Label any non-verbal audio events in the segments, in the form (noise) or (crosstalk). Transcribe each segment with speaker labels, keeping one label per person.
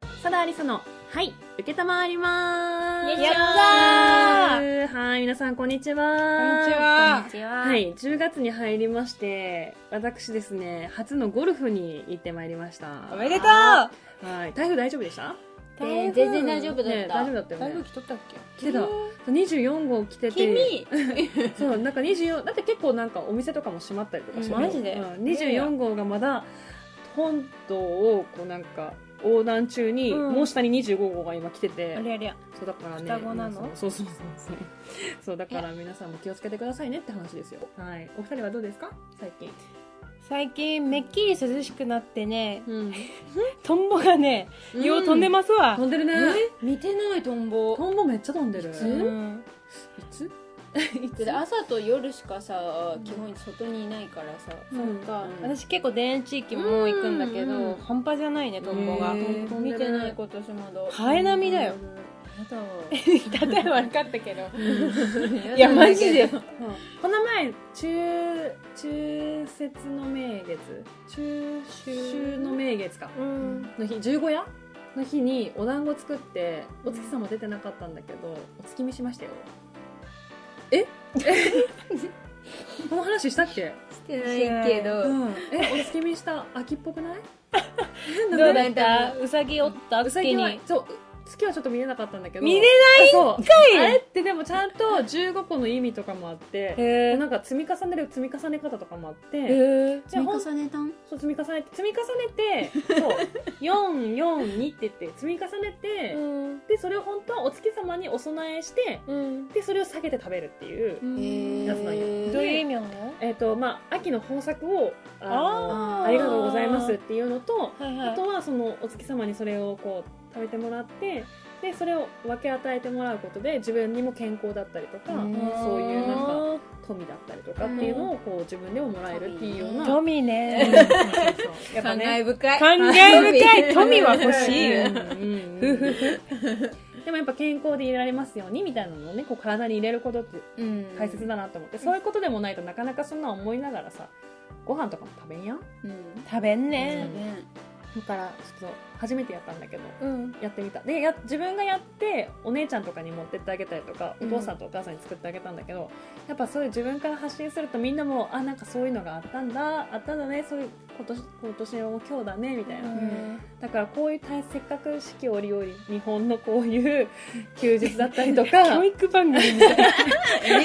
Speaker 1: 佐田ありさの、はい、受けたまわりまーす。
Speaker 2: やった
Speaker 1: はい、皆さんこんにちは。こ
Speaker 3: こんにち
Speaker 2: こん
Speaker 3: は
Speaker 2: に。ちは。
Speaker 1: は。い、10月に入りまして、私ですね、初のゴルフに行ってまいりました。
Speaker 3: おめでとう
Speaker 1: はい、台風大丈夫でした
Speaker 2: えー全然大丈夫だった
Speaker 1: ね大丈夫だったよ
Speaker 3: 台風
Speaker 1: ね。
Speaker 3: 来とったっ
Speaker 1: 来てた。24号来てて。
Speaker 3: 君
Speaker 1: そうなんか24だって結構なんかお店とかも閉まったりとかして
Speaker 3: うんマジで
Speaker 1: うん、24号がまだ本島をこうなんか横断中に、
Speaker 3: うん
Speaker 1: もう下に25号が今来てて
Speaker 3: けあれあれや。
Speaker 1: そうだからね
Speaker 3: 双子なの
Speaker 1: 皆さんそうそうそうそうそうだから皆さんも気をつけてくださいねって話ですよはいお二人はどうですか最近
Speaker 3: 最近めっきり涼しくなってね、
Speaker 1: うん
Speaker 3: トンボがね、よう飛んでますわ。
Speaker 1: 飛んでるね
Speaker 2: 見てないトンボ。
Speaker 1: トンボめっちゃ飛んでるい
Speaker 3: うん
Speaker 1: ついつい
Speaker 2: だって朝と夜しかさ、基本外にいないからさ。
Speaker 1: うん
Speaker 2: そっか。
Speaker 1: うん
Speaker 3: 私結構田園地域も行くんだけ
Speaker 1: うんうん
Speaker 3: ど、半端じゃないね、トンボが
Speaker 1: へ。ー
Speaker 2: 本当見てない今年まだ。
Speaker 3: ハエ並み
Speaker 2: (laughs)
Speaker 3: だよ。
Speaker 2: やだわ。
Speaker 3: 例えば分かったけど。
Speaker 2: やだ
Speaker 3: いや、マジで。。
Speaker 1: この前中中節の名月中秋の名月か
Speaker 3: うん。
Speaker 1: の日十五夜の日にお団子作ってお月様出てなかったんだけどお月見しましたよえ (laughs) この話したっけ、
Speaker 2: してないけど。
Speaker 1: うん、えお月見した秋っぽ
Speaker 3: (laughs)
Speaker 1: くない
Speaker 3: ど
Speaker 1: えな
Speaker 3: うだ
Speaker 1: んで
Speaker 3: ったうさぎおった
Speaker 1: うさ
Speaker 3: 月
Speaker 1: ぎは
Speaker 3: に。
Speaker 1: そう月はちょっと見れなかったんだけど
Speaker 3: 見れ
Speaker 1: ないんか
Speaker 3: い
Speaker 1: あれってでもちゃんと15個の意味とかもあって
Speaker 3: へ
Speaker 1: なんか積み重ねる積み重ね方とかもあって、
Speaker 3: え。
Speaker 1: じゃあほん
Speaker 2: ねたん
Speaker 1: そう積み重ねて積み重ねてそう442って言って積み重ねて、
Speaker 3: うん。
Speaker 1: でそれを本当はお月様にお供えして
Speaker 3: うん。
Speaker 1: でそれを下げて食べるっていう、
Speaker 2: へ
Speaker 1: やつなんよ
Speaker 2: ー
Speaker 3: どういう意味なの
Speaker 1: えっ、とまあ秋の豊作をあの
Speaker 2: あ
Speaker 1: あ
Speaker 2: ー
Speaker 1: りがとうございますっていうのと
Speaker 3: はい
Speaker 1: あ
Speaker 3: はい
Speaker 1: と。はそのお月様にそれをこう食べてもらってでそれを分け与えてもらうことで自分にも健康だったりとか、
Speaker 2: うん
Speaker 1: そういうなんか
Speaker 3: ん
Speaker 1: 富だったりとかっていうのをこう自分でももらえるっていうような、 (laughs)
Speaker 3: 富ね。
Speaker 1: やっぱ
Speaker 2: 感
Speaker 1: ね
Speaker 2: 慨深い。
Speaker 3: 感慨深い富は欲し
Speaker 2: (laughs)
Speaker 3: いよ
Speaker 1: うんうんうんでもやっぱ健康でいられますようにみたいなのをねこう体に入れることって
Speaker 2: うん
Speaker 1: 大切だなと思って、そういうことでもないとなかなかそんな思いながらさご飯とかも食べんやん
Speaker 2: うん。
Speaker 3: 食べんね。
Speaker 1: だからちょっと初めてやったんだけど
Speaker 3: うん。
Speaker 1: やってみたでや自分がやってお姉ちゃんとかに持ってってあげたりとかお
Speaker 2: うん
Speaker 1: 父さんとお母さんに作ってあげたんだけど、やっぱそういう自分から発信するとみんなもあなんかそういうのがあったんだあったんだねそういう今年今年も今日だねみたいな、
Speaker 3: うん
Speaker 1: だからこういう大せっかく四季折々日本のこういう休日だったりとか (laughs)
Speaker 3: 教育番組みたいな。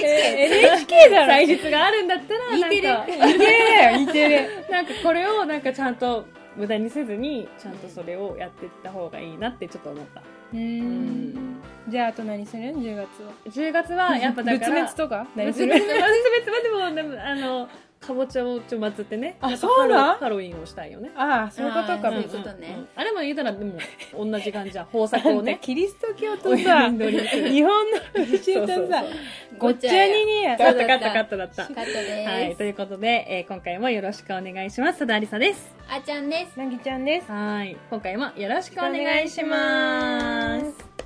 Speaker 1: NHK だろ祭 (laughs) 日があるんだったら
Speaker 2: E テレ
Speaker 1: なんか
Speaker 3: いてれだよ、いてれ。
Speaker 1: なんかこれをなんかちゃんと無駄にせずにちゃんとそれをやっていった方がいいなってちょっと思った、
Speaker 3: う。
Speaker 1: うんん、
Speaker 3: じゃあ、あと何する ?10 月は。
Speaker 1: 10月はやっぱだから
Speaker 3: 仏滅とか何
Speaker 1: 仏
Speaker 3: す
Speaker 1: 滅
Speaker 3: る
Speaker 1: 仏滅はでもでもあのかぼちゃをちょ祭ってね
Speaker 3: あ
Speaker 1: やっぱ
Speaker 3: そうなん
Speaker 1: ハロウィンハロウィンをしたいよね
Speaker 3: ああ、そういうこと
Speaker 2: あ
Speaker 3: か
Speaker 2: ー。そういう
Speaker 3: 別
Speaker 2: こ
Speaker 3: に
Speaker 2: とね
Speaker 1: うんうんあれも言うたらでも同じ感じじゃ (laughs) ん豊作
Speaker 3: な
Speaker 1: を
Speaker 3: んか
Speaker 1: ね
Speaker 3: キリスト教とさ、
Speaker 1: お祈りする
Speaker 3: 日本の風習とさ
Speaker 1: そうそう、
Speaker 3: ごっちゃにね、
Speaker 1: カットカットカットだった
Speaker 2: カットです。
Speaker 1: はい、ということで、えー今回もよろしくお願いします。佐田ありさです。
Speaker 2: あちゃんです。
Speaker 3: なぎちゃんです。
Speaker 1: はい、今回もよろしくお願いします。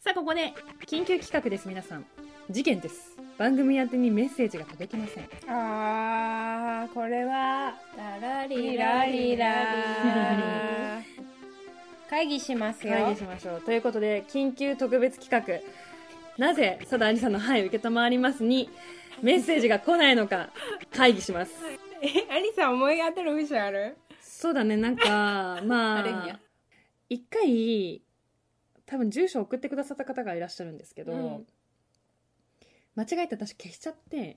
Speaker 1: さあ、ここで緊急企画です、皆さん。事件です。番組宛てにメッセージが届きません。
Speaker 3: あー、これは、
Speaker 2: ララリ
Speaker 3: リ
Speaker 2: ラ
Speaker 3: ラ
Speaker 2: リ
Speaker 3: リ
Speaker 2: ラ。
Speaker 3: ラ。会議しますよ。
Speaker 1: 会議しましょうということで緊急特別企画なぜ佐田ありさんの「はい承ります」にメッセージが来ないのか会議します
Speaker 3: え、アリさん思い当たる節ある
Speaker 1: そうだねなんか
Speaker 2: あ
Speaker 1: ま
Speaker 2: るんや
Speaker 1: あ一回多分住所送ってくださった方がいらっしゃるんですけど、
Speaker 3: うん
Speaker 1: 間違えて私消しちゃって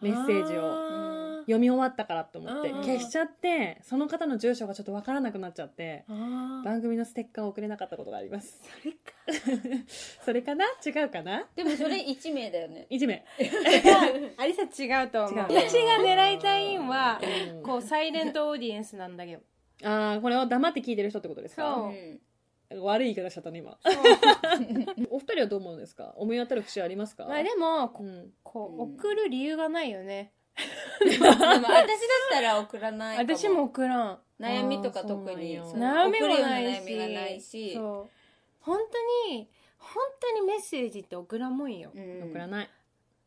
Speaker 1: メッセージを
Speaker 3: を
Speaker 1: 読み終わったからと思って
Speaker 3: うんうん
Speaker 1: 消しちゃってその方の住所がちょっとわからなくなっちゃって
Speaker 3: あー
Speaker 1: 番組のステッカーを送れなかったことがあります
Speaker 2: それか。
Speaker 1: それかな違うかな
Speaker 2: でもそれ一名だよね。
Speaker 1: いじめ。
Speaker 3: ありさ違うと思う
Speaker 1: 違う
Speaker 3: 私が狙いたいんは
Speaker 1: うん
Speaker 3: こうサイレントオーディエンスなんだけど
Speaker 1: ああ、これを黙って聞いてる人ってことです
Speaker 3: う
Speaker 1: か
Speaker 3: そん
Speaker 2: ん。
Speaker 1: 悪い言い方しちゃったね、今。 (laughs) お二人はどう思うんですか思い当たる節ありますか
Speaker 3: まあでも
Speaker 1: う
Speaker 3: こ
Speaker 1: ん。
Speaker 3: こう
Speaker 2: うん
Speaker 3: 送る理由がないよね
Speaker 2: でも私だったら送らないかも。
Speaker 3: 私も送らん
Speaker 2: 悩みとか特に
Speaker 1: あー
Speaker 2: そ
Speaker 1: そう
Speaker 2: う
Speaker 3: 悩みも
Speaker 2: 送れるよう
Speaker 3: ないし
Speaker 2: 悩みがないし
Speaker 3: そう本当に本当にメッセージって送らんもんよ、
Speaker 2: うん
Speaker 1: 送らない。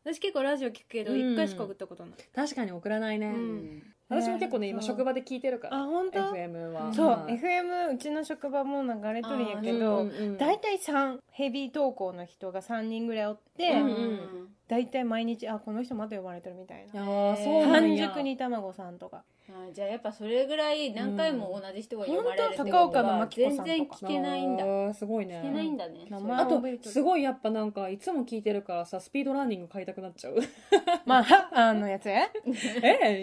Speaker 3: 私結構ラジオ聞くけど
Speaker 1: うん
Speaker 3: 一回しか送ったことない、
Speaker 1: 確かに送らないね。
Speaker 3: うん
Speaker 1: 私も結構ね、
Speaker 3: ね
Speaker 1: 今
Speaker 3: そう
Speaker 1: 職場で聞いてるから。
Speaker 3: あ本当
Speaker 1: FM は。
Speaker 3: そう、
Speaker 1: はい
Speaker 3: FM うちの職場も流れとるんやけ
Speaker 1: う
Speaker 3: ど
Speaker 1: んうんうん
Speaker 3: 大体3ヘビー投稿の人が3人ぐらいおって、
Speaker 1: うん
Speaker 3: 大体毎日あこの人また呼ばれてるみたい
Speaker 1: いや
Speaker 3: な
Speaker 1: ーそうなん
Speaker 3: 半
Speaker 1: や
Speaker 3: 熟煮卵さんとか
Speaker 2: あーじゃあやっぱそれぐらい何回も同じ人が読まれるってこ
Speaker 1: 本
Speaker 2: と
Speaker 1: 当高岡
Speaker 3: の
Speaker 2: は
Speaker 3: 牧子さん
Speaker 2: 全
Speaker 3: とか
Speaker 2: 然聞けないんだ
Speaker 1: あ
Speaker 2: 聞
Speaker 1: ーすごいね。
Speaker 2: けないんだね
Speaker 3: 名
Speaker 2: そ
Speaker 3: 前
Speaker 2: れ
Speaker 1: あと
Speaker 3: 覚え、とる
Speaker 1: すごいやっぱなんか、いつも聞いてるからさ、スピードランニング買いたくなっちゃう。 (laughs)
Speaker 3: マンハッアンのや (laughs) つ
Speaker 1: え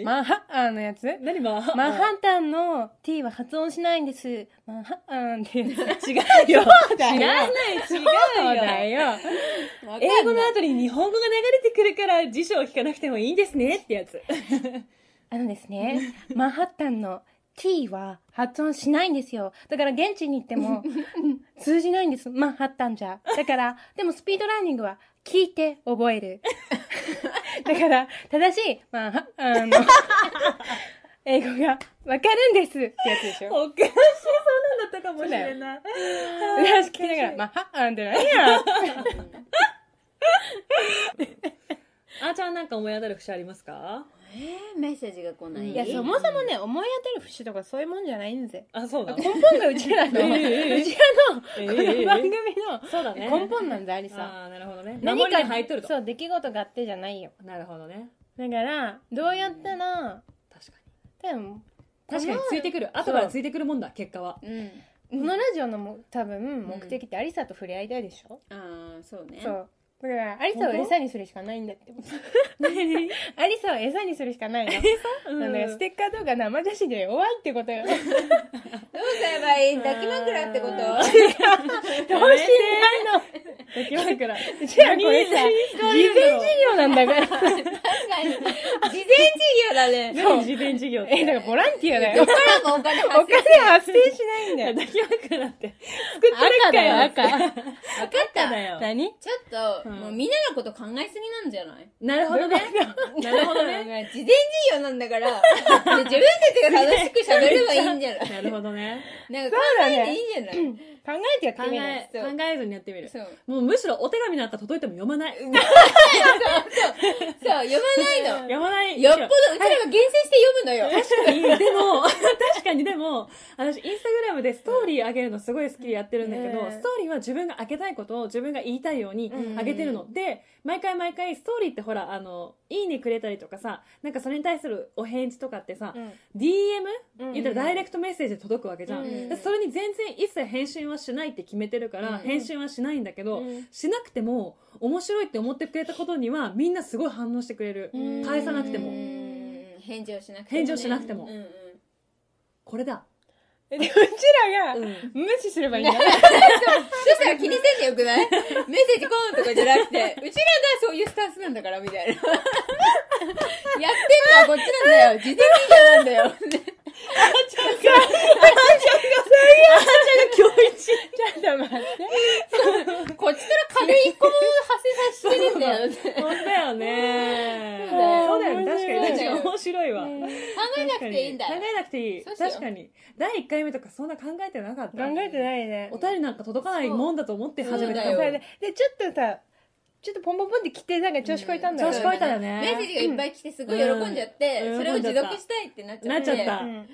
Speaker 3: マンハッアンのやつ
Speaker 1: 何マンハッタン
Speaker 3: (laughs) マンハッタンの T は発音しないんですマンハッアンっていうやつ
Speaker 1: 違うよ。
Speaker 3: だ
Speaker 1: 違う
Speaker 3: よ
Speaker 1: 違うだよ。
Speaker 2: わかんない
Speaker 1: 英語の後に日本語が流れてくるから辞書を聞かなくてもいいんですねってや (laughs) つ。
Speaker 3: あのですねマンハッタンの T は発音しないんですよだから現地に行っ
Speaker 1: (laughs)
Speaker 3: ても通じないんですマンハッタンじゃだからでもスピードラーニングは聞いて覚
Speaker 1: (laughs)
Speaker 3: えるだから正しいマンハッ
Speaker 1: (laughs)
Speaker 3: アンの英語がわかるんですってやつでしょ
Speaker 1: おかしい、そうなんだったかもしれない。
Speaker 3: 話聞きながら、まあ、はあんでないやん。
Speaker 1: あーちゃんなんか思い当たる節ありますか
Speaker 2: えーメッセージが来ない
Speaker 1: い
Speaker 3: いや、そ
Speaker 2: そ
Speaker 3: もそもね、思い当たる節とかそういうもんじゃない
Speaker 1: (laughs)
Speaker 3: んぜ。
Speaker 1: あ、そうだ
Speaker 3: 根。本がうちら (laughs) の、うちら
Speaker 1: ええ
Speaker 3: の、こ
Speaker 1: ええ
Speaker 3: の番組
Speaker 1: そうだね。
Speaker 3: の根本なんだ、ありさ。
Speaker 1: ああ、なるほどね。
Speaker 3: 何
Speaker 1: 守り
Speaker 3: か
Speaker 1: に入っとると。
Speaker 3: そう、出来事があってじゃないよ。
Speaker 1: なるほどね。
Speaker 3: だから、どうやったら、
Speaker 1: 確かに。
Speaker 3: 多分、
Speaker 1: 確かについてくる。後からついてくるもんだ、結果は。
Speaker 2: うん
Speaker 3: このラジオのも多分、目的ってありさと触れ合いたいでしょ、
Speaker 2: ああそうね
Speaker 3: そう。だから、ありさを餌にするしかないんだって。
Speaker 1: (laughs)
Speaker 3: ありさを餌にするしかないの。
Speaker 1: うん
Speaker 3: なんだから、ステッカーとか生写真で弱いって
Speaker 1: (laughs)
Speaker 3: ことよ。
Speaker 2: どうすればいい抱き枕ってこと
Speaker 1: あ
Speaker 3: どうしてないの
Speaker 1: 抱き枕。 (laughs)
Speaker 3: (laughs) じゃあこれさ、事前
Speaker 1: 何
Speaker 3: 授業なんだから。
Speaker 2: 確かに事前事業だね
Speaker 1: 何事前授業って。
Speaker 3: (laughs) え、だからボランティアだ
Speaker 2: ど
Speaker 3: よ。
Speaker 2: っからもお金
Speaker 3: お
Speaker 2: 発生
Speaker 3: 金発生しないんだよ。
Speaker 1: 抱き枕って。
Speaker 3: 赤だよ、
Speaker 1: 赤
Speaker 3: 赤。
Speaker 2: 分かった
Speaker 1: だよ。
Speaker 3: 何
Speaker 2: ちょっと、
Speaker 1: うん
Speaker 2: もうみんなのこと考えすぎなんじゃない
Speaker 1: (laughs) なるほどね。なるほどね。
Speaker 2: ね。 (laughs) 事前事業なんだから、自分たちが楽しく喋ればいいんじゃない
Speaker 1: なるほどね。
Speaker 2: なんか考
Speaker 3: そうだ
Speaker 2: え
Speaker 3: ね
Speaker 2: ていいんじゃない
Speaker 3: 考えてやっ
Speaker 1: 考
Speaker 3: てみない。
Speaker 1: え、考えずにやってみる。
Speaker 2: そう。
Speaker 1: もうむしろお手紙なんか届いても読まない。
Speaker 2: そう、読まないの。
Speaker 1: 読まない。
Speaker 2: よっぽど、うちらが厳選して読むのよ。
Speaker 1: 確かに、でも、 (laughs) 確かにでも、私、インスタグラムでストーリー上げるのすごい好きでやってるんだけど、
Speaker 3: うん
Speaker 1: ストーリーは自分が上げたいことを自分が言いたいように上げてるの。で、毎回毎回、ストーリーってほら、あの、いいねくれたりとかさ、なんかそれに対するお返事とかってさ、DM?
Speaker 3: うん
Speaker 1: 言ったらダイレクトメッセージで届くわけじゃん。
Speaker 2: うん
Speaker 1: でそれに全然一切返信はしないって決めてるから、
Speaker 2: うん
Speaker 1: 返信はしないんだけど、
Speaker 3: うん
Speaker 1: しなくても、面白いって思ってくれたことには、みんなすごい反応してくれる。
Speaker 3: うん
Speaker 1: 返さなくても
Speaker 2: うん返事をしなくてもね。
Speaker 1: 返事をしなくても
Speaker 2: うんうん
Speaker 1: これだ。
Speaker 3: で、うちらが、無視すればいいんだ。
Speaker 2: そしたら気にせんで
Speaker 1: (laughs)
Speaker 2: よくないメッセージコーンとかじゃなくて、うちらがそういうスタンスなんだから、みたいな。やってんのはこっちなんだよ。事前事業なんだよ。
Speaker 1: 今日一
Speaker 3: ちょっと待って。
Speaker 2: こっちから金一個も発生させてるんだよ。
Speaker 1: 本当だよね。
Speaker 3: そうだよ
Speaker 1: そうだよね。確
Speaker 3: 面
Speaker 1: かに。
Speaker 3: 白い
Speaker 1: 確かに面白いわ。
Speaker 3: うん
Speaker 1: 考
Speaker 2: 考えなくていいんだ
Speaker 1: 考
Speaker 2: よ。
Speaker 1: えなくていい。
Speaker 2: そうしよう
Speaker 1: 確かに。第1回目とかそんな考えてなかった。
Speaker 3: 考えてないね。
Speaker 1: お便りなんか届かないもんだと思って始めた
Speaker 2: そう
Speaker 3: そ
Speaker 2: だ
Speaker 3: れ
Speaker 2: よ
Speaker 3: で、で、ちょっとさ、ちょっとポンポンポンって来て、なんか調子こいたんだよ
Speaker 1: 調子こいたよね
Speaker 2: メッセージがいっぱい来てすごい喜んじゃって、
Speaker 1: うん
Speaker 2: それを持続したいってなっちゃって。
Speaker 1: なっちゃった
Speaker 3: う
Speaker 1: うん
Speaker 3: ん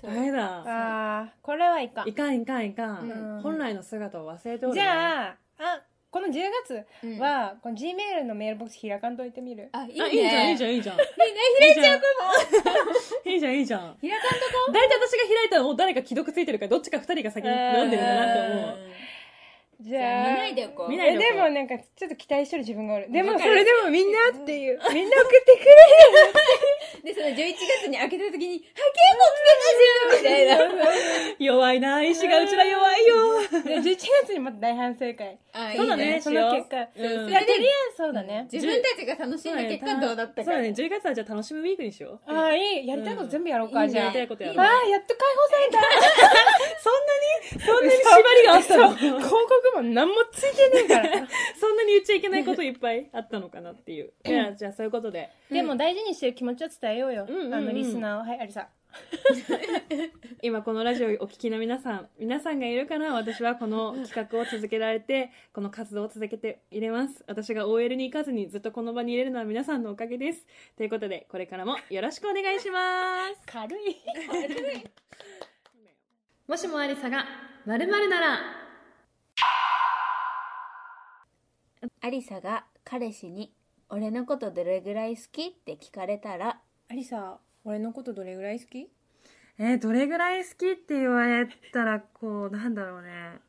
Speaker 2: そう
Speaker 1: ダメだ。
Speaker 3: あー、これはいかん
Speaker 1: い。かんいかんいか。
Speaker 3: うんん
Speaker 1: 本来の姿を忘れておるね。
Speaker 3: じゃあ、あ、この10月
Speaker 2: うん
Speaker 3: は、この Gmail のメールボックス開かんといてみる。
Speaker 2: あ、いい
Speaker 1: あ、
Speaker 2: ね。
Speaker 1: いいじゃん、いいじ
Speaker 2: ゃん。
Speaker 1: ゃん、いい
Speaker 2: (laughs)
Speaker 1: じゃん。
Speaker 2: いいね、開いちゃうか
Speaker 1: (laughs) いいじゃん、いいじゃん。
Speaker 2: も。開かんと
Speaker 1: 大体私が開いたらもう誰か既読ついてるから、どっちか2人が先に読んでるんだなって思う。
Speaker 3: じ
Speaker 2: 見
Speaker 3: ゃあ、
Speaker 2: ないでよ、こう。
Speaker 1: 見ない
Speaker 3: えでもなんかちょっと期待してる自分がおるでも
Speaker 2: わか
Speaker 3: そ
Speaker 2: る
Speaker 3: れでもみんなっていうみんな送って
Speaker 1: (laughs)
Speaker 3: くれ
Speaker 2: で、その11月に開けた時に、あ、結構来てるじゃんみたい
Speaker 1: 弱いな、意志がうちら弱いよ。
Speaker 3: で11月にまた大反省会
Speaker 2: な。あ
Speaker 1: そうだね、
Speaker 3: その結果
Speaker 1: しよううん
Speaker 3: いやとりあえずそうだね、
Speaker 2: 自分たちが楽しんだ結果どうだったか。
Speaker 1: そうだね、10月はじゃあ楽しむウィークにしよう。
Speaker 3: ああいいやりたいこと全部やろうか、
Speaker 1: いいね
Speaker 3: じゃあ
Speaker 1: やりたいことやろう
Speaker 3: ああやっと (laughs) 解
Speaker 1: そんなに
Speaker 3: 放
Speaker 1: 縛
Speaker 3: さ
Speaker 1: り
Speaker 3: れ
Speaker 1: が
Speaker 3: た
Speaker 1: あったの
Speaker 3: 広告も何もついてねえから (laughs)
Speaker 1: そんなに言っちゃいけないこといっぱいあったのかなっていう。じゃあ、じゃあそういうことで。
Speaker 3: でも大事にしてる気持ちを伝えようよ、
Speaker 1: うんうんうん
Speaker 3: あのリスナーをはいありさ
Speaker 1: 今このラジオをお聞きの皆さん、 (laughs) 皆さんがいるから私はこの企画を続けられて、この活動を続けていれます。私が OL に行かずにずっとこの場にいれるのは皆さんのおかげです。ということで、これからもよろしくお願いします。
Speaker 3: 軽い。
Speaker 1: もしもありさが、まるなら、
Speaker 2: アリサが彼氏に「俺のことどれぐらい好き?」って聞かれたら「アリサ俺のことどれぐらい好き?
Speaker 1: えーどれぐらい好きって言われたら、こう、なんだろうね。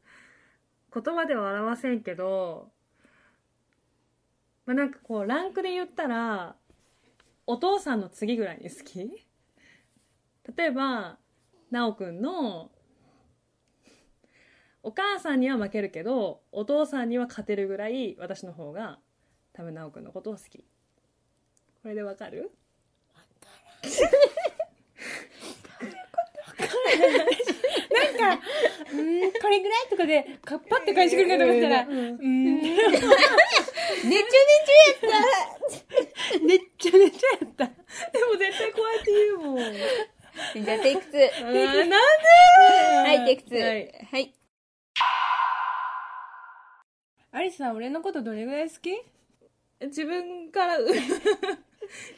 Speaker 1: 言葉では表せんけど、まあ、なんかこう、ランクで言ったら、お父さんの次ぐらいに好き例えば、なおくんの、お母さんには負けるけど、お父さんには勝てるぐらい、私の方が、多分なおくんのことを好き。これでわかる
Speaker 3: うーん、これぐらいとかで、カッパって返してくるかと思ったら、うーん、めっちゃ
Speaker 2: ねちゅねちゅやった!」
Speaker 3: めちゃやった。
Speaker 1: でも絶対こうやって言うもん。
Speaker 2: じゃあテイク2。
Speaker 1: あーなんで
Speaker 2: はい、テイク
Speaker 1: (laughs)
Speaker 2: 2。
Speaker 1: は
Speaker 2: はいい。
Speaker 3: アリサ、俺のことどれぐらい好き
Speaker 1: 自分から、 (laughs) う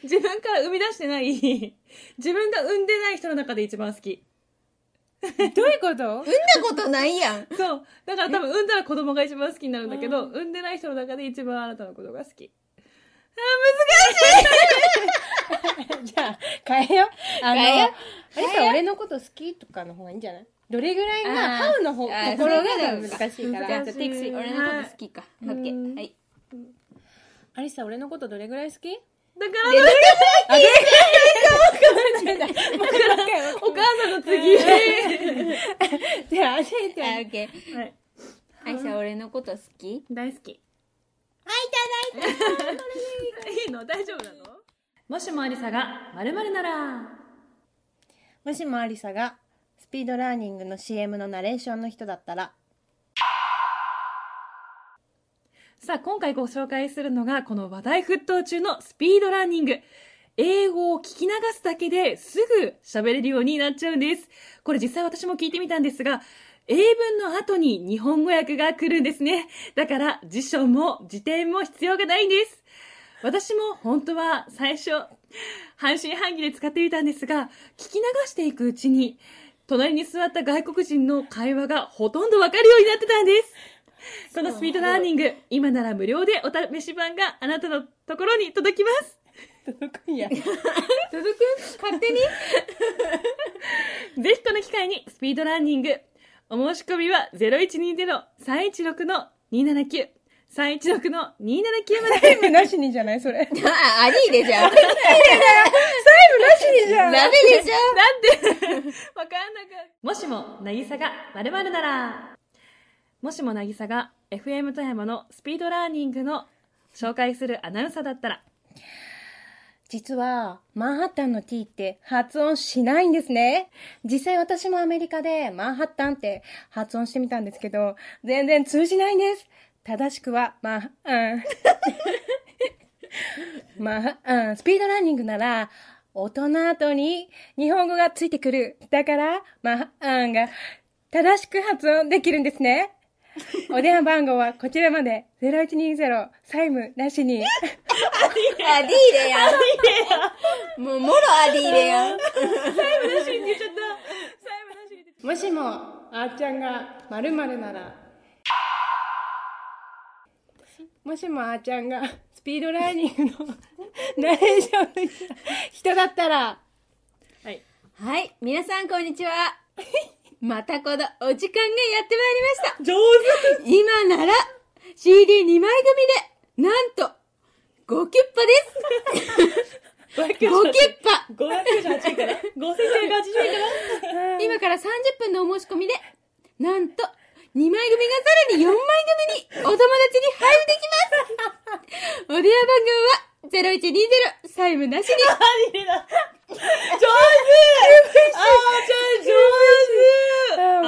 Speaker 1: 自分から生み出してない、自分が産んでない人の中で一番好き。
Speaker 3: どういうこと
Speaker 2: 産んだことないやん。
Speaker 1: そう。だから多分産んだら子供が一番好きになるんだけど、産んでない人の中で一番あなたのことが好き。
Speaker 3: じゃあ、変えよう。あの、
Speaker 2: 変えよう
Speaker 3: アリサ、俺のこと好きとかの方がいいんじゃないどれぐらいが、ハウの方、
Speaker 2: あー
Speaker 3: 心が
Speaker 2: それが
Speaker 3: 難
Speaker 2: ね
Speaker 3: しいか
Speaker 2: じゃ
Speaker 3: ら
Speaker 2: あ、
Speaker 1: 難。しい
Speaker 2: テイク3。俺のこと好きか。オッケ
Speaker 1: うん
Speaker 2: ー。はい。
Speaker 3: アリサ、俺のことどれぐらい好き
Speaker 1: だから、だからお母さんの次。
Speaker 3: じゃあ、じゃ
Speaker 2: あ、オッケー。
Speaker 1: はい
Speaker 2: アイサ、俺のこと好き
Speaker 1: 大 (laughs) 好き。
Speaker 2: はい、いただい
Speaker 1: いいの大丈夫なのもしもありさが、まるなら。
Speaker 3: もしもアリサが、スピードラーニングの CM のナレーションの人だった (laughs) ら、
Speaker 1: さあ、今回ご紹介するのが、この話題沸騰中のスピードランニング。英語を聞き流すだけですぐ喋れるようになっちゃうんです。これ実際私も聞いてみたんですが、英文の後に日本語訳が来るんですね。だから辞書も辞典も必要がないんです。私も本当は最初、半信半疑で使ってみたんですが、聞き流していくうちに、隣に座った外国人の会話がほとんどわかるようになってたんです。このスピードラーニング、今なら無料でお試し版があなたのところに届きます。
Speaker 3: 届くんや。
Speaker 2: 届く勝手に
Speaker 1: (laughs) ぜひこの機会にスピードランニング。お申し込みは0120-316-279。316-279まで。
Speaker 3: タイムなしにじゃないそれ。タイム
Speaker 2: あ、ありでじゃん。
Speaker 3: なしにじゃ
Speaker 2: ダ
Speaker 3: ん
Speaker 2: メでしょ
Speaker 1: わかんなかった。もしも、なぎさが〇〇なら。もしもなぎさが FM 富山のスピードラーニングの紹介するアナウンサーだったら。
Speaker 3: 実は、マンハッタンの T って発音しないんですね。実際私もアメリカでマンハッタンって発音してみたんですけど、全然通じないんです。正しくは、マンハ (laughs) ッタン。マンハッタン。スピードランニングなら、音の後に日本語がついてくる。だから、マンハッタンが正しく発音できるんですね。お電話番号はこちらまで0120債務なしに。
Speaker 2: アディーでやん。もう、もろアディーでやん。
Speaker 3: もしもあーちゃんがまるまるならもしもあーちゃんがスピードラーニングのナレーションの人だったら
Speaker 1: はい。
Speaker 2: はい、皆さんこんにちは。またこのお時間がやってまいりました。
Speaker 1: 上
Speaker 2: 今なら CD2 枚組で、なんと、5キュッパです。5キュッパ。
Speaker 1: 手 !598 円から ?5980 円から
Speaker 2: 今から30分のお申し込みで、なんと、2枚組がさらに4枚組にお友達に配布できます。お電話番号は0120、債務 (laughs) なしに。
Speaker 1: 上手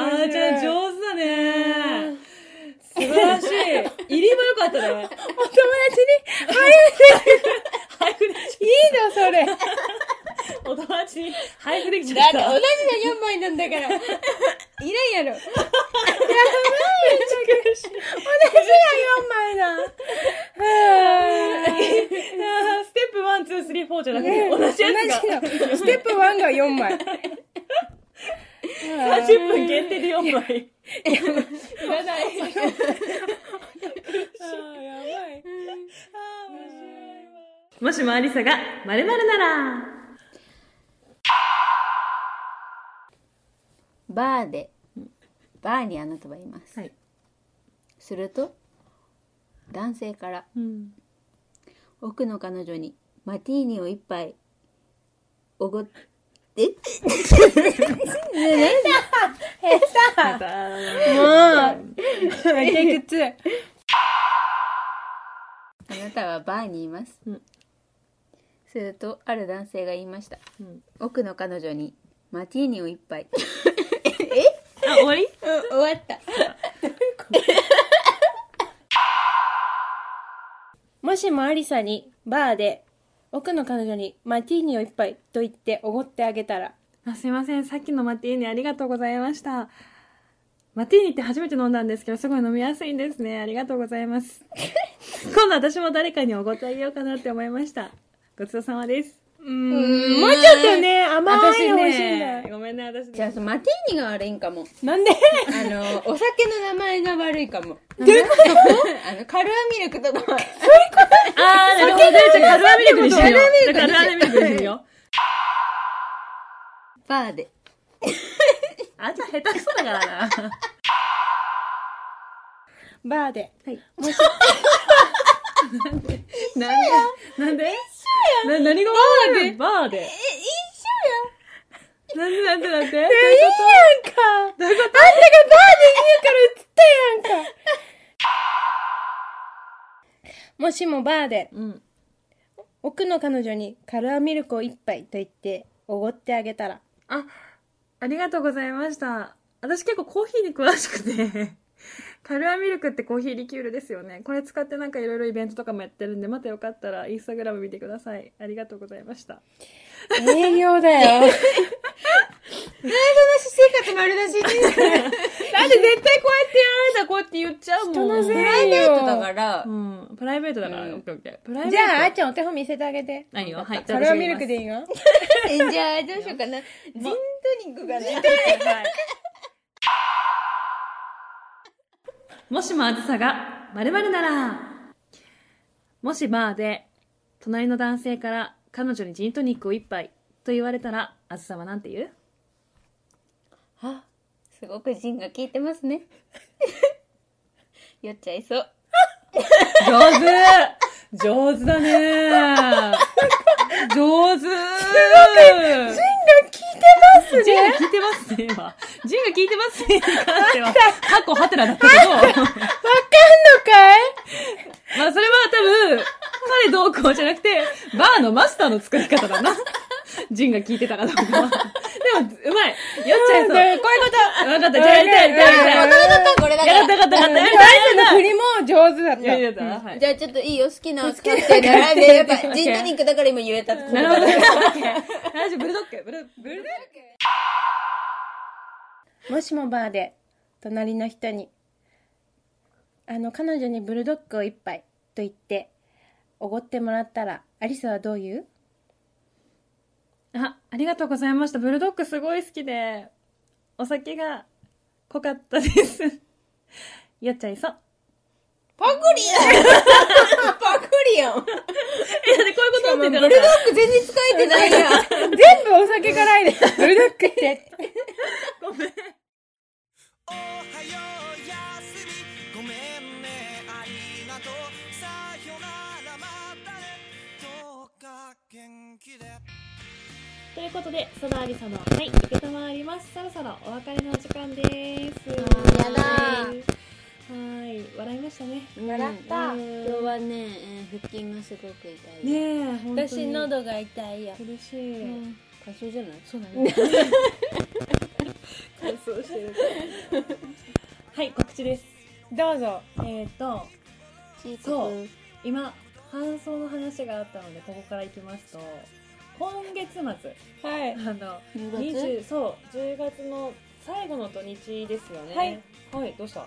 Speaker 1: あーちゃん上手あーちゃん上手だね素晴らしい入りも良かったね
Speaker 3: お友達に入れて
Speaker 1: 早くね
Speaker 3: いいのそれ
Speaker 1: お友達配布できちゃ
Speaker 2: だっ
Speaker 1: って
Speaker 2: 同
Speaker 1: た。
Speaker 2: じの4枚なんだ (laughs) から。いらんやろ。
Speaker 3: 4枚だ。
Speaker 1: あーステップ1、2、3、4じゃなくて、同じやつが。
Speaker 3: 同じのステップ1が4枚。 (laughs)
Speaker 1: 30分限定で4枚。
Speaker 2: いらない。
Speaker 1: あーやばい。あー面白いわもしもありさが、まるなら。
Speaker 2: バーで、バーにあなたはいます。
Speaker 1: はい。
Speaker 2: すると、男性から、
Speaker 1: うん。
Speaker 2: 奥の彼女にマティーニを一杯おごって、 (laughs) え
Speaker 1: また、
Speaker 3: (laughs) もう、テイク2。
Speaker 2: あなたはバーにいます。
Speaker 1: うん
Speaker 2: すると、ある男性が言いました。
Speaker 1: うん
Speaker 2: 奥の彼女にマティーニを一 (laughs) 杯。
Speaker 1: あ、終わり
Speaker 2: 終わった。
Speaker 3: もしもアリサにバーで奥の彼女にマティーニを一杯と言っておごってあげたら
Speaker 1: あすいません。さっきのマティーニありがとうございました。マティーニって初めて飲んだんですけど、すごい飲みやすいんですね。ありがとうござい (laughs) ます。今度私も誰かにおごってあげようかなって思いました。ごちそうさまです。
Speaker 3: うーんもうちょっとね甘いの欲しいんだよ
Speaker 1: ごめんね、私。
Speaker 2: じゃあ、そのマティーニが悪いんかも。
Speaker 3: なんで
Speaker 2: あの、お酒の名前が悪いかも。
Speaker 3: どういうこ
Speaker 2: あの、カルアミルクとか。
Speaker 1: あー、なるほど。じゃあ、カルアミルクにしよ
Speaker 2: カルアミル
Speaker 1: う。
Speaker 2: クにし
Speaker 1: カ
Speaker 2: よう
Speaker 1: ルアミルクにしよ
Speaker 2: バーで。
Speaker 1: う。あ、じゃあ、下手くそだからな。
Speaker 3: とバーで
Speaker 1: はい。もし。なんでなんでな、何がバーでバーで。え、一緒やん。なんでなんでなんで
Speaker 3: いいや
Speaker 1: ど
Speaker 3: んか
Speaker 1: ういうこと
Speaker 3: あんたがバーで言うから映ったやんかもしもバーで
Speaker 1: うん。
Speaker 3: 奥の彼女にカルアミルクを一杯と言っておごってあげたら
Speaker 1: あ、ありがとうございました。私結構コーヒーに詳しくて、 (laughs) カルアミルクってコーヒーリキュールですよね。これ使ってなんかいろいろイベントとかもやってるんで、またよかったらインスタグラム見てください。ありがとうございました。
Speaker 3: 営業だ
Speaker 1: (laughs)
Speaker 3: よ
Speaker 2: 生活丸出し
Speaker 1: なんで絶対こうやってやられたらこうやって言っちゃうもん。
Speaker 3: 人のせい
Speaker 2: プライベートだから
Speaker 1: う、ん。プライベートだから、
Speaker 2: うん
Speaker 1: オッケーオッケー。プライベート。
Speaker 3: じゃああーちゃんお手本見せてあげて
Speaker 1: 何よ、はい。
Speaker 3: カルアミルクでいい
Speaker 1: い。
Speaker 3: よ
Speaker 2: えじゃあ、どうしようかな。ジントニックがね。
Speaker 1: もしもあずさが、まるなら、もしバーで、隣の男性から彼女にジントニックを一杯と言われたら、あずさはなんて言う
Speaker 2: あ、すごくジンが効いてますね。酔っちゃいそう。
Speaker 1: 上手上手だね上手すごく、ジンが効いてますジンが効いてますね、今。ジンが効いてますね、に関しては、過去ハテナだったけど、
Speaker 3: わか
Speaker 1: まあそれは多分、彼どうこうじゃなくて、バーのマスターの作り方だな。ジンが聞いてたかどうかは。でも、うまい。酔っちゃい
Speaker 3: ん
Speaker 1: そう。
Speaker 3: のかい
Speaker 1: わ
Speaker 3: こういうこと
Speaker 1: かった、じゃあやりたい、やりたい、やりたい。
Speaker 2: これだ
Speaker 1: やった、やった、やった、やり
Speaker 3: 大の振りも上手だ
Speaker 1: た
Speaker 3: った。
Speaker 1: い。やりたい、はい。
Speaker 2: じゃあちょっといいよ、好きな使って並んで、 (laughs) やっぱジントニックだから今言えたってこと
Speaker 1: なるほど。 (laughs) 大丈夫、ブルドッグ、ブル、ブルドッグ。
Speaker 3: もしもバーで、隣の人に、あの、彼女にブルドッグを一杯と言って、おごってもらったら、アリサはどう言う
Speaker 1: あ、ありがとうございました。ブルドッグすごい好きで、お酒が濃かったです。 (laughs) 酔っちゃいそう。
Speaker 2: パクリやんパクリやんブル
Speaker 1: え、だってこういうことって言
Speaker 2: ドッグ全然使えてないやん
Speaker 3: 全部お酒からいで、ブルドッグって。
Speaker 4: おはよう休みごめんねありがとうさよならまたねどうか元気で
Speaker 1: ということで、そだありさの、はい、受けたまわります。そろそろお別れのお時間です。や
Speaker 2: ーやだ
Speaker 1: はーい、笑いましたね。
Speaker 3: 笑
Speaker 2: うん
Speaker 1: うん
Speaker 2: 今日はね、えー腹筋がすごく痛い。
Speaker 1: ねえ、本当に。
Speaker 3: が痛いよ。
Speaker 1: 苦しい。
Speaker 2: うん。過小じゃない
Speaker 1: そうだ (laughs) ね。乾燥してる。はい、告知です。
Speaker 3: どうぞ。
Speaker 1: えっ、ー、と、
Speaker 2: チー
Speaker 1: そう今、搬送の話があったので、ここから行きますと、今月末
Speaker 2: はい。
Speaker 1: あの
Speaker 2: 10
Speaker 1: 20そう10月の最後の土日ですよね
Speaker 3: はい
Speaker 1: はいどうしたあ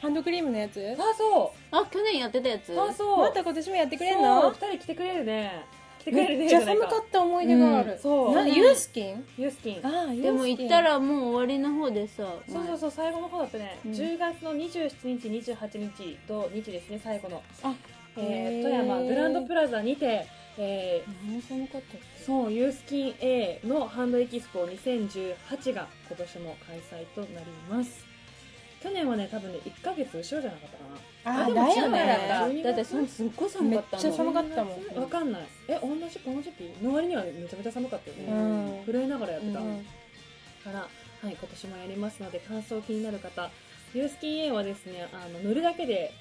Speaker 3: ハンドクリームのやつ
Speaker 1: そう
Speaker 2: あ、去年やってたやつ。
Speaker 1: あそう
Speaker 3: また今年もやってくれん
Speaker 1: そう
Speaker 3: の
Speaker 1: 二人来てくれるね来てくれるね
Speaker 3: めっちゃ
Speaker 1: じない
Speaker 3: 寒かった思い出がある。
Speaker 1: そう
Speaker 3: なユースキン
Speaker 1: ユースキン
Speaker 3: ああ、ユースキン。
Speaker 2: でも行った、らもう終わりの方でさ。
Speaker 1: そうそうそう最後の方だったね、
Speaker 2: うん
Speaker 1: 10月の27日28日土日ですね最後の
Speaker 3: あ
Speaker 1: え
Speaker 3: へ
Speaker 1: ー
Speaker 3: ー
Speaker 1: 富山グランドプラザにて、えー
Speaker 2: 何も寒かったっけ
Speaker 1: そうユースキン A のハンドエキスポ2018が今年も開催となります去年はね多分ね1ヶ月後ろじゃなかったかな
Speaker 3: あ
Speaker 1: あで
Speaker 3: あ、
Speaker 1: も
Speaker 3: だ
Speaker 1: 違
Speaker 3: よ
Speaker 1: うから
Speaker 3: ね。
Speaker 1: 12
Speaker 2: だってそのすっごい寒かったの。
Speaker 3: めっちゃ寒かったもん
Speaker 1: わかんないえ同じこの時期の割にはめちゃめちゃ寒かったよ
Speaker 3: う
Speaker 1: ね、
Speaker 3: ん。
Speaker 1: 震えながらやってた、
Speaker 3: うん
Speaker 1: から、はい、今年もやりますので感想気になる方ユースキン A はですねあの塗るだけで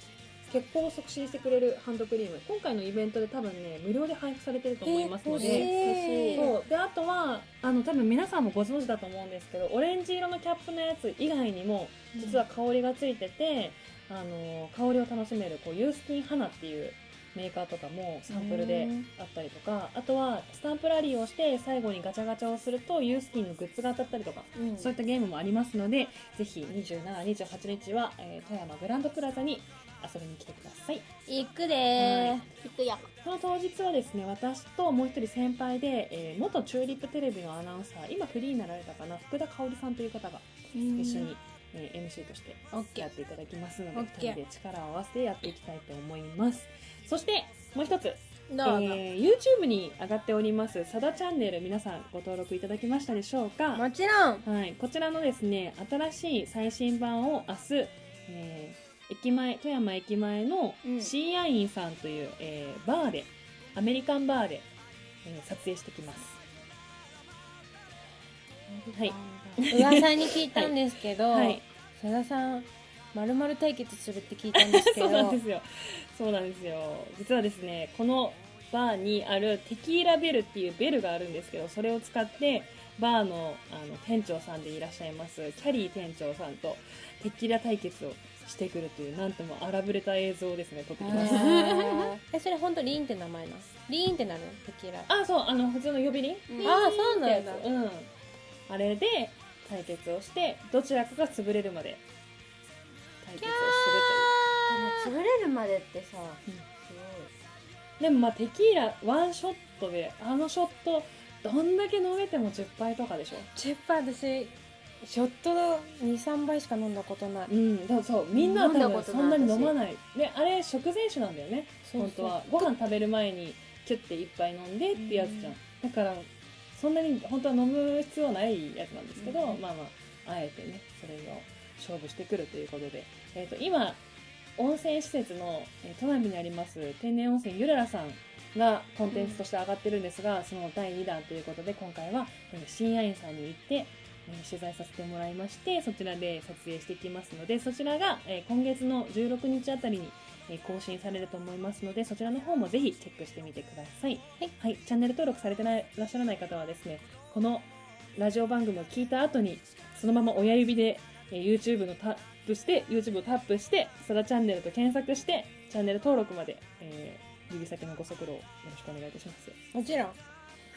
Speaker 1: 血行を促進してくれるハンドクリーム今回のイベントで多分ね無料で配布されてると思いますの
Speaker 3: えー
Speaker 1: で、
Speaker 3: 欲しい
Speaker 1: そうであとはあの多分皆さんもご存知だと思うんですけどオレンジ色のキャップのやつ以外にも実は香りがついてて、あの香りを楽しめるこうユースキン花っていうメーカーとかもサンプルであったりとかあとはスタンプラリーをして最後にガチャガチャをするとユースキンのグッズが当たったりとか
Speaker 2: うん
Speaker 1: そういったゲームもありますので、ぜひ27、28日は、えー富山グランドプラザに遊びに来てください。
Speaker 2: 行くでー。行くよ。
Speaker 1: その当日はですね、私ともう一人先輩で、えー元チューリップテレビのアナウンサー、今フリーになられたかな、福田香織さんという方が一緒に、えー MC として
Speaker 2: オッケ
Speaker 1: や
Speaker 2: ー
Speaker 1: っ。ていただきますので、
Speaker 2: オ
Speaker 1: 2
Speaker 2: ッケー
Speaker 1: 人で力を合わせてやっていきたいと思います。そして、もう一つ、
Speaker 2: どうぞ。
Speaker 1: えー YouTube に上がっております、さだチャンネル、皆さんご登録いただきましたでしょうか
Speaker 3: もちろん。
Speaker 1: はい、こちらのですね新しい最新版を明日、えー駅前富山駅前の
Speaker 2: うん
Speaker 1: C アインさんという、えーバーでアメリカンバーで、えー撮影してきますはい
Speaker 3: 噂に聞いたんですけど、
Speaker 1: はい
Speaker 3: さださん、まるまる対決するって聞いたんです
Speaker 1: そ
Speaker 3: け (laughs) ど、
Speaker 1: うなんですよそうなんですよ実はですねこのバーにあるテキーラベルっていうベルがあるんですけどそれを使ってバーのあの店長さんでいらっしゃいますキャリー店長さんとテキーラ対決をしてくるというなんとも荒ぶれた映像をですね撮ってきました
Speaker 3: あー (laughs) え、それ本当リーンって名前なんリーンってなるテキーラ。
Speaker 1: あそうあの普通の呼び鈴あ
Speaker 2: うん
Speaker 3: ああ、そうなんだ。
Speaker 1: うんあれで対決をしてどちらかが潰れるまで対決を
Speaker 2: でも潰れるまでってさ、
Speaker 1: うんするとい
Speaker 2: す
Speaker 1: うでもまあテキーラワンショットであのショットどんだけ飲めても10杯とかでしょ
Speaker 3: チェッパー私、ショットの2、3杯しか飲んだことない。
Speaker 1: うんだからそうみんなは
Speaker 2: 飲
Speaker 1: 多
Speaker 2: んだ
Speaker 1: 分
Speaker 2: こと
Speaker 1: そ
Speaker 2: ない
Speaker 1: んなに飲まないであれ食前酒なんだよね本当はご飯食べる前にキュッて一杯飲んでってやつじゃん、だからそんなに本当は飲む必要ないやつなんですけど、
Speaker 2: う
Speaker 1: まあまああえてねそれを勝負してくるということで、えー、と今温泉施設の、えー都内にあります天然温泉ゆららさんがコンテンツとして上がってるんですが、その第2弾ということで今回はえー新愛さんに行ってえー取材させてもらいましてそちらで撮影してきますのでそちらが、えー今月の16日あたりに、えー更新されると思いますのでそちらの方もぜひチェックしてみてください、はいチャンネル登録されてないらっしゃらない方はですねこのラジオ番組を聞いた後にそのまま親指で、えー YouTube のタップして YouTube をタップして「さだチャンネル」と検索してチャンネル登録まで、えー指先のご足労よろしくお願いいたします
Speaker 3: もちろん。
Speaker 1: は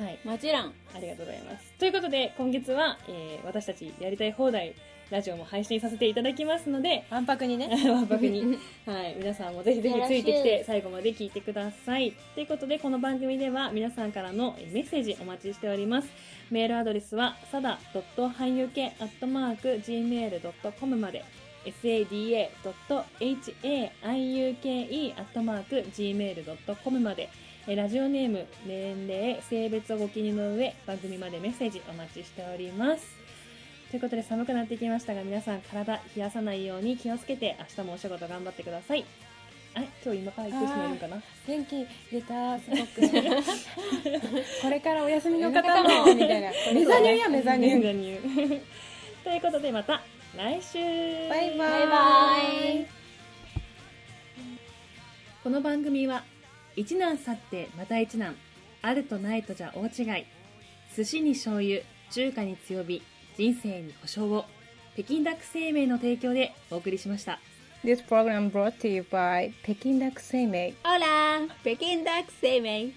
Speaker 1: い
Speaker 2: ごい。もちろん。
Speaker 1: ありがとうございます。ということで、今月は、えー私たちやりたい放題、ラジオも配信させていただきますので、
Speaker 3: 万博にね。
Speaker 1: (laughs) わんぱくに、はい、皆さんもぜひぜひついてきて、最後まで聞いてください。ということで、この番組では皆さんからのえーメッセージお待ちしております。メールアドレスは、さだ .hayuke.gmail.com まで、sada.hayuke.gmail.com まで、えーラジオネーム、年齢、性別をご記入の上、番組までメッセージお待ちしております。ということで寒くなってきましたが、皆さん体冷やさないように気をつけて、明日もお仕事頑張ってください。あれ今日今から行く人いるかな
Speaker 3: 元気出た、すごく。 (laughs)
Speaker 1: (laughs)
Speaker 3: これからお休みの方
Speaker 2: お
Speaker 3: (laughs) も、
Speaker 2: 休みの方も
Speaker 3: みたいな。メザニューや、メザニュー。
Speaker 1: メザニュー (laughs) ということでまた来週
Speaker 3: バイバ
Speaker 2: バ
Speaker 3: イ
Speaker 2: イバイ。
Speaker 1: この番組は一難去ってまた一難あるとないとじゃ大違い寿司に醤油中華に強火人生に保証を北京ダック生命の提供でお送りしました
Speaker 3: This program brought to you by 北京ダック生命
Speaker 2: オラ北京ダック生命